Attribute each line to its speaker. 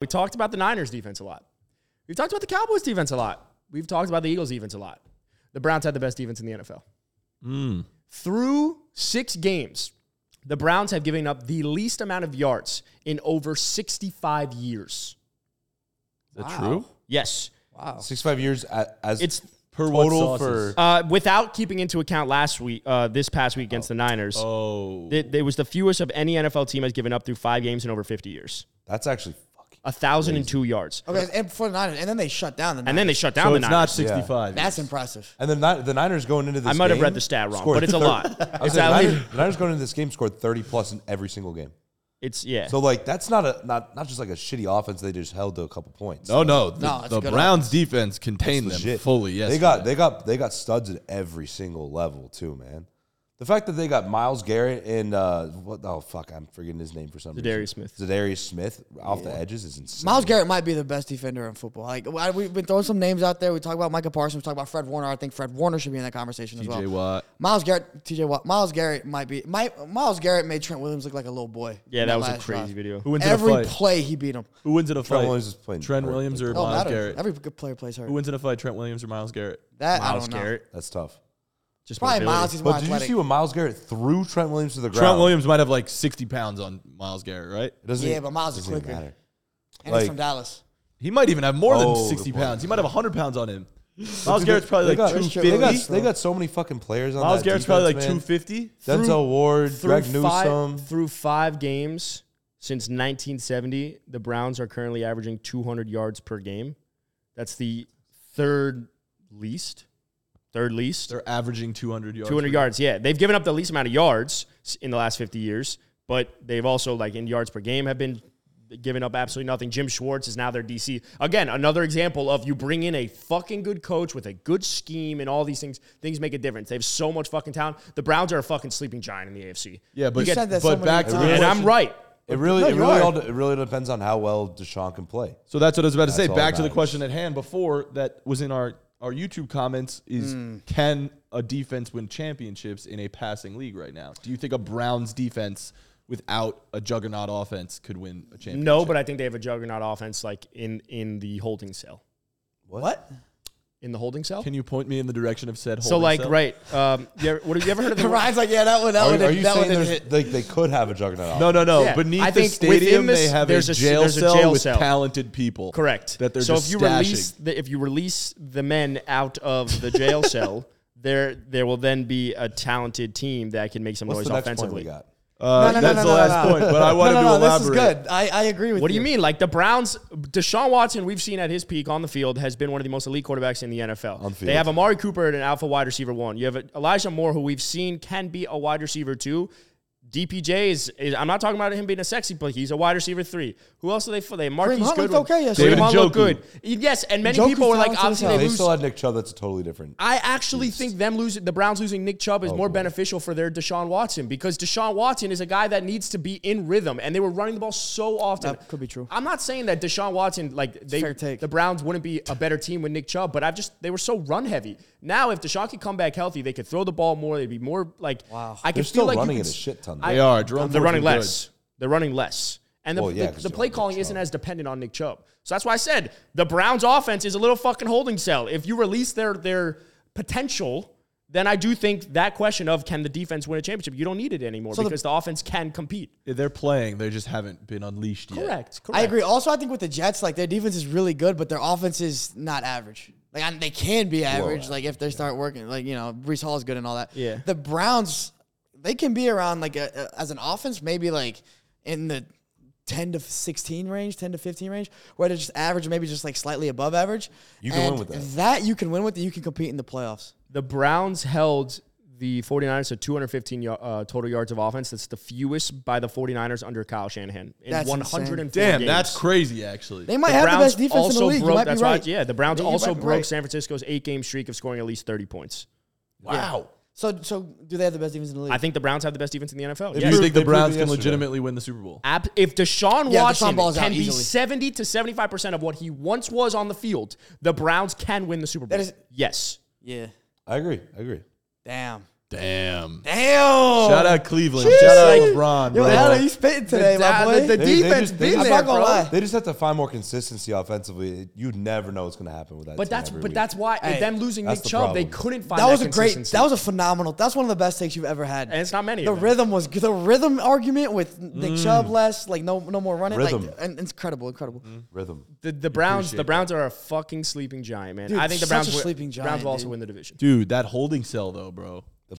Speaker 1: We talked about the Niners defense a lot. We've talked about the Cowboys defense a lot. We've talked about the Eagles defense a lot. The Browns had the best defense in the NFL. Through six games, the Browns have given up the least amount of yards in over 65 years.
Speaker 2: Is that true?
Speaker 1: Yes.
Speaker 3: Wow.
Speaker 2: Sixty-five years a- as
Speaker 1: It's-
Speaker 2: per
Speaker 3: What
Speaker 2: total
Speaker 3: sauces?
Speaker 2: for
Speaker 1: Uh, without keeping into account last week, uh, this past week against the Niners,
Speaker 2: oh,
Speaker 1: it, it was the fewest of any NFL team has given up through five games in over 50 years.
Speaker 2: that's actually fucking.
Speaker 1: A thousand and two yards.
Speaker 3: Okay, and for the Niners, and then they shut down the Niners.
Speaker 1: And then they shut down
Speaker 4: So
Speaker 1: the
Speaker 4: it's
Speaker 1: Niners.
Speaker 4: not 65.
Speaker 3: That's impressive.
Speaker 2: And then Ni- the Niners going into this.
Speaker 1: I might have
Speaker 2: game
Speaker 1: read the stat wrong,
Speaker 2: scored
Speaker 1: but it's a
Speaker 2: thir-
Speaker 1: lot.
Speaker 2: I was
Speaker 1: It's
Speaker 2: saying,
Speaker 1: at
Speaker 2: Niners,
Speaker 1: least,
Speaker 2: the Niners going into this game scored thirty plus in every single game.
Speaker 1: it's yeah.
Speaker 2: So like that's not a not not just like a shitty offense. They just held to a couple points.
Speaker 4: No, no. The,
Speaker 3: No, it's
Speaker 4: the
Speaker 3: a good
Speaker 4: Browns defense contained them
Speaker 2: Legit.
Speaker 4: fully. Yes,
Speaker 2: they got they got they got studs at every single level too, man. The fact that they got Miles Garrett and uh, what? Oh fuck, I'm forgetting his name for some reason.
Speaker 1: Zadarius Smith.
Speaker 2: Zadarius Smith off the edges is insane.
Speaker 3: Miles Garrett might be the best defender in football. Like I- we've been throwing some names out there. We talk about Micah Parsons. We talk about Fred Warner. I think Fred Warner should be in that conversation as
Speaker 4: TJ
Speaker 3: well.
Speaker 4: Watt.
Speaker 3: Miles Garrett, TJ Watt. Miles Garrett might be. My, Miles Garrett made Trent Williams look like a little boy.
Speaker 1: yeah,
Speaker 3: in
Speaker 1: that was a
Speaker 3: last
Speaker 1: crazy
Speaker 3: drive.
Speaker 1: video.
Speaker 4: Who wins in a
Speaker 3: Every
Speaker 4: fight?
Speaker 3: play he beat him.
Speaker 4: Who wins in a
Speaker 2: Trent
Speaker 4: fight?
Speaker 2: Williams is playing
Speaker 4: Trent
Speaker 2: hurt.
Speaker 4: Williams or
Speaker 3: Oh,
Speaker 4: Miles
Speaker 3: matter.
Speaker 4: Garrett?
Speaker 3: Every good player plays hurt.
Speaker 4: Who wins in a fight? Trent Williams or Miles Garrett?
Speaker 3: That I
Speaker 1: Miles
Speaker 3: don't know.
Speaker 1: Garrett.
Speaker 2: That's tough.
Speaker 1: Just
Speaker 3: Probably
Speaker 1: mobility.
Speaker 3: Miles. He's more
Speaker 2: But did you
Speaker 3: athletic.
Speaker 2: see when Miles Garrett threw Trent Williams to the ground?
Speaker 4: Trent Williams might have like 60 pounds on Miles Garrett, right?
Speaker 2: It doesn't
Speaker 3: Yeah,
Speaker 2: even-
Speaker 3: but Miles is
Speaker 2: doesn't even
Speaker 3: quicker.
Speaker 2: matter.
Speaker 3: and
Speaker 2: like-
Speaker 3: he's from Dallas.
Speaker 4: He might even have more
Speaker 2: Oh,
Speaker 4: than
Speaker 2: good
Speaker 4: 60
Speaker 2: point.
Speaker 4: pounds. He might have 100 pounds on him. Miles Garrett's
Speaker 2: They
Speaker 4: probably like
Speaker 2: got, they,
Speaker 4: 250.
Speaker 2: got, they got so many fucking players on
Speaker 4: Miles
Speaker 2: that
Speaker 4: Garrett's probably like
Speaker 2: defense,
Speaker 4: 250.
Speaker 2: man. Denzel Ward,
Speaker 1: through
Speaker 2: Greg
Speaker 1: five,
Speaker 2: Newsome.
Speaker 1: through five games since 1970, the Browns are currently averaging 200 yards per game. That's the third least. Third least.
Speaker 4: They're averaging 200 yards.
Speaker 1: 200 yards, yeah. They've given up the least amount of yards s- in the last 50 years, but they've also, like, in yards per game, have been giving up absolutely nothing. Jim Schwartz is now their DC. Again, another example of you bring in a fucking good coach with a good scheme and all these things. Things make a difference. They have so much fucking talent. The Browns are a fucking sleeping giant in the AFC.
Speaker 4: Yeah, but,
Speaker 3: You said that so
Speaker 4: but
Speaker 3: many
Speaker 4: back to
Speaker 3: times.
Speaker 4: the
Speaker 1: And I'm
Speaker 4: question-
Speaker 1: right.
Speaker 2: It really, it
Speaker 3: you
Speaker 2: really
Speaker 3: are.
Speaker 2: all, de- it really depends on how well Deshaun can play.
Speaker 4: So that's what I was about to say.
Speaker 2: all
Speaker 4: Back
Speaker 2: that
Speaker 4: to the
Speaker 2: matters.
Speaker 4: question at hand before that was in our, our YouTube comments is
Speaker 1: Hmm.
Speaker 4: can a defense win championships in a passing league right now? Do you think a Browns defense without a juggernaut offense could win a championship?
Speaker 1: No, but I think they have a juggernaut offense, like in in the holding cell.
Speaker 3: What?
Speaker 1: In the holding cell.
Speaker 4: Can you point me in the direction of said?
Speaker 1: so
Speaker 4: holding
Speaker 1: like
Speaker 4: cell?
Speaker 1: right, um, you ever, what have you ever heard of the
Speaker 3: Ryan's like, yeah, that one. That
Speaker 2: Are,
Speaker 3: one.
Speaker 2: are
Speaker 3: didn't-
Speaker 2: you
Speaker 3: that one
Speaker 2: saying
Speaker 3: didn't
Speaker 2: there's,
Speaker 3: hit.
Speaker 2: they, they could have a juggernaut?
Speaker 4: No, no, no.
Speaker 1: Yeah.
Speaker 4: Beneath
Speaker 1: I
Speaker 4: the
Speaker 1: think within
Speaker 4: stadium,
Speaker 1: this,
Speaker 4: they have
Speaker 1: there's
Speaker 4: a
Speaker 1: a s-
Speaker 4: jail
Speaker 1: there's a
Speaker 4: cell
Speaker 1: jail
Speaker 4: with
Speaker 1: cell.
Speaker 4: talented people.
Speaker 1: Correct.
Speaker 4: That they're
Speaker 1: so
Speaker 4: just
Speaker 1: if you
Speaker 4: stashing.
Speaker 1: release the, if you release the men out of the jail cell, there there will then be a talented team that can make some noise
Speaker 2: What's the next point we
Speaker 1: offensively.
Speaker 2: got?
Speaker 4: Uh,
Speaker 3: No, no,
Speaker 4: that's
Speaker 3: no, no,
Speaker 4: the
Speaker 3: no,
Speaker 4: last
Speaker 3: no.
Speaker 4: point, but I wanted
Speaker 3: no, no,
Speaker 4: to
Speaker 3: no,
Speaker 4: elaborate.
Speaker 3: This is good. I, I agree with
Speaker 1: What do you mean? Like the Browns, Deshaun Watson, we've seen at his peak on the field, has been one of the most elite quarterbacks in the NFL.
Speaker 2: On field.
Speaker 1: They have Amari Cooper at an alpha wide receiver one. You have Elijah Moore, who we've seen can be a wide receiver two. DPJ is, is I'm not talking about him being a sexy play. He's a wide receiver three. Who else do they? They have Marquise
Speaker 3: Kareem Hunt
Speaker 1: Goodwin.
Speaker 3: looked okay yesterday.
Speaker 1: Kareem Hunt looked good.
Speaker 4: David
Speaker 1: Yes, and many
Speaker 3: Njoku's
Speaker 1: people were like,
Speaker 3: talented as
Speaker 1: obviously
Speaker 3: hell.
Speaker 1: they
Speaker 2: They
Speaker 1: lose.
Speaker 2: still had Nick Chubb. That's a totally different.
Speaker 1: I actually think them losing the Browns losing Nick Chubb
Speaker 3: Oh,
Speaker 1: is more
Speaker 2: boy.
Speaker 1: beneficial for their Deshaun Watson because Deshaun Watson is a guy that needs to be in rhythm, and they were running the ball so often.
Speaker 3: That could be true.
Speaker 1: I'm not saying that Deshaun Watson like they
Speaker 3: fair take.
Speaker 1: the Browns wouldn't be a better team with Nick Chubb, but I've just they were so run heavy. Now if Deshaun could come back healthy, they could throw the ball more. They'd be more like wow. I
Speaker 2: They're
Speaker 1: can feel
Speaker 2: still
Speaker 1: like you
Speaker 2: running
Speaker 1: could
Speaker 2: it a
Speaker 1: s-
Speaker 2: shit ton.
Speaker 1: I-
Speaker 4: They are. Jerome
Speaker 1: they're running
Speaker 4: Ford's been
Speaker 1: less. They're running less. And the,
Speaker 2: Well, yeah,
Speaker 1: the-
Speaker 2: 'cause
Speaker 1: the
Speaker 2: they're
Speaker 1: play
Speaker 2: on Nick
Speaker 1: calling isn't
Speaker 2: Chubb.
Speaker 1: as dependent on Nick Chubb. So that's why I said the Browns offense is a little fucking holding cell. If you release their their potential, then I do think that question of can the defense win a championship, you don't need it anymore
Speaker 3: the-
Speaker 1: because the, offense can compete.
Speaker 4: good. They're playing. They just haven't been unleashed yet.
Speaker 1: Correct. Correct.
Speaker 3: I agree. Also, I think with the Jets, like their defense is really good, but their offense is not average. Like I, they can be average, like if they start working. Like you know, Brees Hall is good and all that.
Speaker 1: Yeah.
Speaker 3: The Browns, they can be around like a, a- as an offense, maybe like in the ten to sixteen range, ten to fifteen range, where they're just average, maybe just like slightly above average.
Speaker 2: You can win
Speaker 3: And
Speaker 2: with that.
Speaker 3: That you can win with. You can compete in the playoffs.
Speaker 1: The Browns held the 49ers to 215 ya- uh, total yards of offense. That's the fewest by the 49ers under Kyle Shanahan in
Speaker 3: That's insane.
Speaker 1: 104
Speaker 4: Damn,
Speaker 1: games.
Speaker 4: that's crazy. Actually,
Speaker 3: They might have the best defense in the league.
Speaker 1: Broke,
Speaker 3: you might be
Speaker 1: that's
Speaker 3: right.
Speaker 1: why- yeah, the Browns
Speaker 3: You might
Speaker 1: also
Speaker 3: be
Speaker 1: broke
Speaker 3: right.
Speaker 1: San Francisco's eight-game streak of scoring at least 30 points.
Speaker 2: wow.
Speaker 3: So, so do they have the best defense in the league?
Speaker 1: I think the Browns have the best defense in the NFL.
Speaker 4: Do
Speaker 1: Yes.
Speaker 4: you think the
Speaker 2: They proved
Speaker 4: Browns
Speaker 2: it
Speaker 4: can
Speaker 2: yesterday.
Speaker 4: legitimately win the Super Bowl?
Speaker 1: Ab- if Deshaun
Speaker 3: Yeah, Deshaun
Speaker 1: Watson
Speaker 3: Ball's out
Speaker 1: can be
Speaker 3: easily.
Speaker 1: 70 to 75% of what he once was on the field, the Browns can win the Super Bowl.
Speaker 3: is-
Speaker 1: yes.
Speaker 3: yeah.
Speaker 2: I agree. I agree.
Speaker 3: Damn.
Speaker 4: Damn.
Speaker 3: Damn.
Speaker 4: Shout out Cleveland. Shout out LeBron,
Speaker 3: Yo,
Speaker 4: bro.
Speaker 3: how are you spitting today, my
Speaker 5: The,
Speaker 3: boy?
Speaker 5: the
Speaker 2: They- they
Speaker 5: defense
Speaker 2: just- they
Speaker 5: been
Speaker 2: just-
Speaker 5: there,
Speaker 3: I'm not gonna
Speaker 5: bro.
Speaker 3: lie.
Speaker 2: They just have to find more consistency offensively. You never know what's going to happen with that.
Speaker 1: But
Speaker 2: team
Speaker 1: that's
Speaker 2: every
Speaker 1: but
Speaker 2: week.
Speaker 1: that's why
Speaker 3: Hey,
Speaker 1: them losing
Speaker 2: that's
Speaker 1: Nick
Speaker 2: the
Speaker 1: Chubb, they
Speaker 2: problem.
Speaker 1: couldn't find
Speaker 3: that
Speaker 1: that
Speaker 3: was a great.
Speaker 1: consistency.
Speaker 3: That was a phenomenal. That's one of the best takes you've ever had.
Speaker 1: and it's not many.
Speaker 3: the
Speaker 1: of them.
Speaker 3: rhythm was the rhythm argument with Nick Chubb less like no no more running
Speaker 2: Rhythm.
Speaker 3: like and it's incredible incredible.
Speaker 2: rhythm.
Speaker 1: The, the Browns, the Browns are a fucking sleeping giant, man.
Speaker 3: Dude,
Speaker 1: I think the
Speaker 3: such
Speaker 1: Browns,
Speaker 3: a
Speaker 1: wi-
Speaker 3: sleeping
Speaker 1: Browns
Speaker 3: giant,
Speaker 1: will also
Speaker 3: dude.
Speaker 1: win the division.
Speaker 4: Dude, that holding cell though, bro.